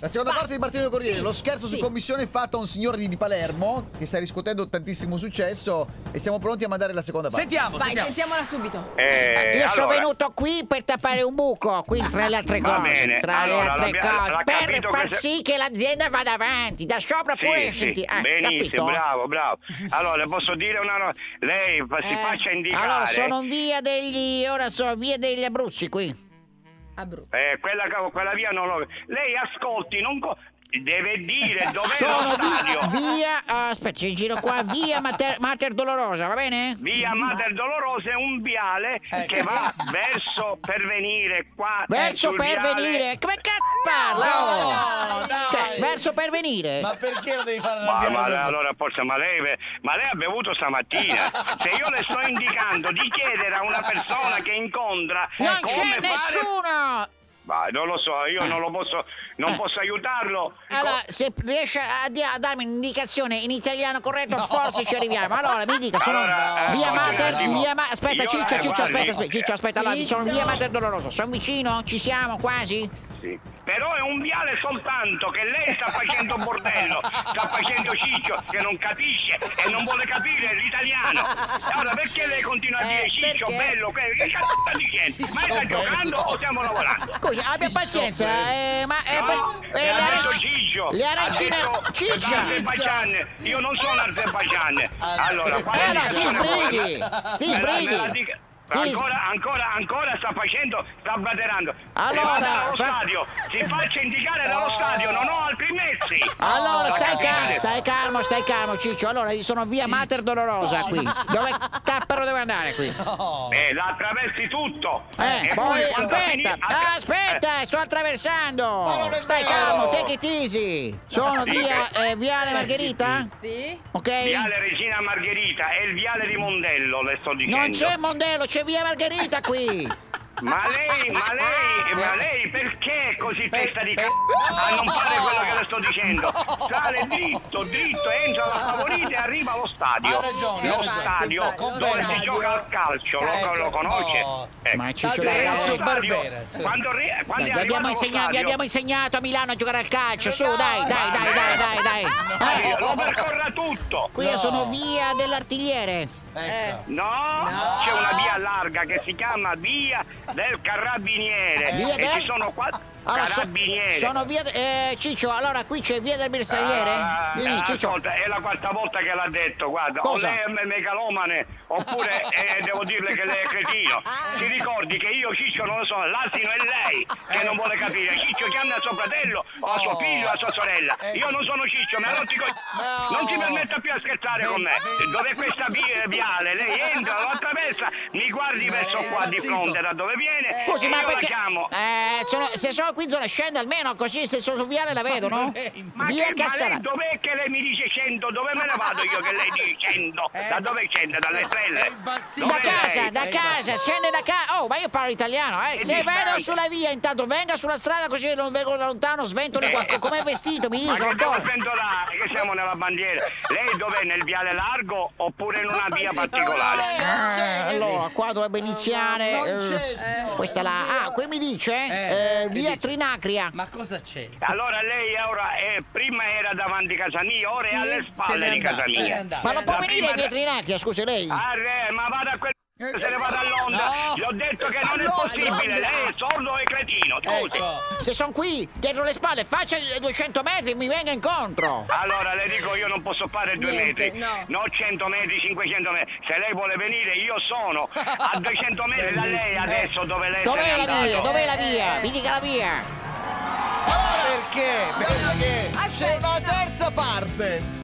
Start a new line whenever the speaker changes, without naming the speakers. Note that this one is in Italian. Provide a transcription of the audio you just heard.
La seconda parte di Martino Corriere, lo scherzo su commissione fatto a un signore di di Palermo che sta riscuotendo tantissimo successo e siamo pronti a mandare la seconda parte.
Sentiamo,
Vai,
sentiamo.
sentiamola subito.
Eh,
Io sono
allora,
venuto qui per tappare un buco, qui tra le altre
Va
cose,
bene,
tra le
allora,
altre
l'abbia-
cose,
l'ha
per
capito
far
che se-
sì che l'azienda vada avanti, da sopra
Sì,
pure
sì,
senti- ah,
benissimo,
capito?
bravo, bravo. Allora, le posso dire una no- Lei fa- si
Eh,
faccia indicare.
Allora sono in via degli ora sono in via degli Abruzzi qui.
Abruzzo.
Eh, quella, ca- quella via non l'ho... Lei ascolti, non... co- Deve dire dov'è
Sono
lo stadio.
via, via ah, aspetta, in giro qua, via Mater, Mater Dolorosa, va bene?
Via Mater Dolorosa è un viale
Eh,
che va verso per venire qua.
Verso
sul
per
viale-
venire. Come cazzo parla? oh?
No,
Cioè,
dai.
verso per venire.
Ma perché lo devi fare
Ma, ma
arrabbiare?
lei- allora forse ma lei, ma lei ha bevuto stamattina se io le sto indicando di chiedere a una persona che incontra
non
eh, come
c'è
fare-
nessuno!
Ma non lo so, io non lo posso, non posso aiutarlo.
Eh. Allora,
Ecco.
se riesce a, di- a darmi un'indicazione in italiano corretto, forse ci arriviamo. Allora, mi dica, sono
Allora, eh,
via
no,
Mater,
un attimo.
via Ma- Aspetta,
Io,
Ciccio,
eh,
Ciccio,
guardi.
aspetta, aspetta, Ciccio, aspetta, allora, sono in via Mater Doloroso, sono vicino? Ci siamo, quasi?
Sì. Però è un viale soltanto che lei sta facendo bordello, sta facendo ciccio che non capisce e non vuole capire l'italiano. Allora perché lei continua a dire
Eh,
ciccio
perché?
bello? Che che cazzo sta dicendo? Ma sta giocando o stiamo lavorando?
Scusi, abbia pazienza, eh, ma... eh,
Ah, No,
per- eh,
le
le
ha detto
aranci-
Ciccio.
le arancine-
Ha detto
Ciccio.
Azerbaijan. Io non sono Azerbaijan. Allora, qual è
Eh, no, Eh. si
l'indicazione
sbrighi,
buona?
si
Me la- me la
sbrighi.
dica-
Si s-
Ancora, ancora, ancora sta facendo, sta baterando.
Allora,
si vada dallo
fra-
stadio, si faccia indicare dallo stadio, non ho altri mezzi.
Allora,
Fa
stai
capire.
calmo, stai calmo, stai calmo, Ciccio. Allora, io sono via Mater Dolorosa qui. Dove tappero devo andare qui?
Eh, la attraversi tutto.
Eh,
E
poi
quando
aspetta,
finì- attra-
aspetta, sto attraversando.
è
Stai
vero.
calmo, take it easy. Sono via eh, Viale Margherita,
Sì?
Eh,
ok?
Viale Regina Margherita è il viale di Mondello, le sto dicendo.
Non c'è Mondello, c'è via Margherita qui.
Ma lei, ma lei, ma lei perché è così testa di
per-
c***o a non fare quello che le sto dicendo? Sale dritto, dritto, entra alla favorita e arriva allo stadio.
Ha ragione,
Lo
ha ragione.
stadio
Infatti, infatti,
dove
lo
si
stadio.
gioca al calcio, lo,
Calcio,
lo conosce?
no.
Ecco.
Ma Ciccio,
Tanto
dai,
Allo
Renzo
dai,
stadio,
Barbera, cioè.
Quando, arri- quando è
vi abbiamo,
arrivato
insegnato, vi
allo
abbiamo
stadio,
insegnato a Milano a giocare al calcio. Su,
No,
dai, dai, dai, dai, dai, dai. Eh,
lo percorra tutto.
qui io sono via dell'artigliere.
Ecco.
No, c'è una via larga che si chiama via del carabiniere
Via
e
del-
ci sono quattro
Allora, so-
carabinieri.
sono via. eh, Ciccio, allora qui c'è via del bersagliere?
Ah,
Dimmi,
eh,
Ciccio.
ascolta, è la quarta volta che l'ha detto, guarda,
Cosa?
o lei è me- megalomane, oppure eh, devo dirle che lei è cretino. Ti ricordi che io Ciccio non lo so, l'asino è lei che non vuole capire. Ciccio chiama suo fratello, o a suo figlio, o a sua sorella.
Eh.
Io non sono Ciccio, ma non ti
No.
non si permetta più a scherzare con me. Dov'è questa via- viale? Lei entra, lo attraversa, mi
Eh,
guardi verso qua di
impazzito.
fronte da dove viene.
Scusi,
e
ma
io
perché.
la chiamo.
Eh, sono- se sono qui in zona scende almeno così se sono su viale la vedo, no?
Ma,
Via
che, ma
Cassara.
lei dov'è che lei mi dice 100? Dove me ne vado io che lei dice 100?
Eh,
Da dove scende? Dalle
È
stelle?
impazzito.
Da
Dov'è
casa,
lei?
da
eh,
casa, scende da casa. Oh, ma io parlo italiano, eh. Se
distante.
vedo sulla via, intanto venga sulla strada così non vengo da lontano, sventoli
Eh.
qualcosa. Com'è vestito? Mi
Ma
dica
boh.
che
un
devo
po'.
pentolare? Che siamo nella bandiera. Lei dov'è? Nel viale largo oppure in una via
Oddio,
particolare?
lei-
Ah, allora, qua dovrebbe iniziare.
Non
eh,
c'è, signore.
Questa là. Ah, qui mi dice
Eh,
eh,
che
via
dice?
Trinacria.
Ma cosa c'è?
Allora lei ora è- prima era davanti a casa mia, ora è alle
Se n'è
spalle di
andata,
casa
se n'è
mia.
andata.
Ma non può
la
venire
prima
via
da-
Trinacria, scusi lei.
Ah, re, ma vada a quel se ne vada a Londra.
Eh, No.
Gli ho detto che non è
Londra,
possibile, lei è sordo e cretino, scusi.
Ecco.
Se sono qui, dietro le spalle, faccia 200 metri e mi venga incontro.
Allora le dico io non posso fare due
Niente,
metri,
no.
non 100 metri, 500 metri. Se lei vuole venire io sono a 200 metri da lei adesso dove lei se n'è
Dov'è la
andato.
via? Dov'è la via? Mi dica la via.
Perché? Pensa che c'è una terza parte.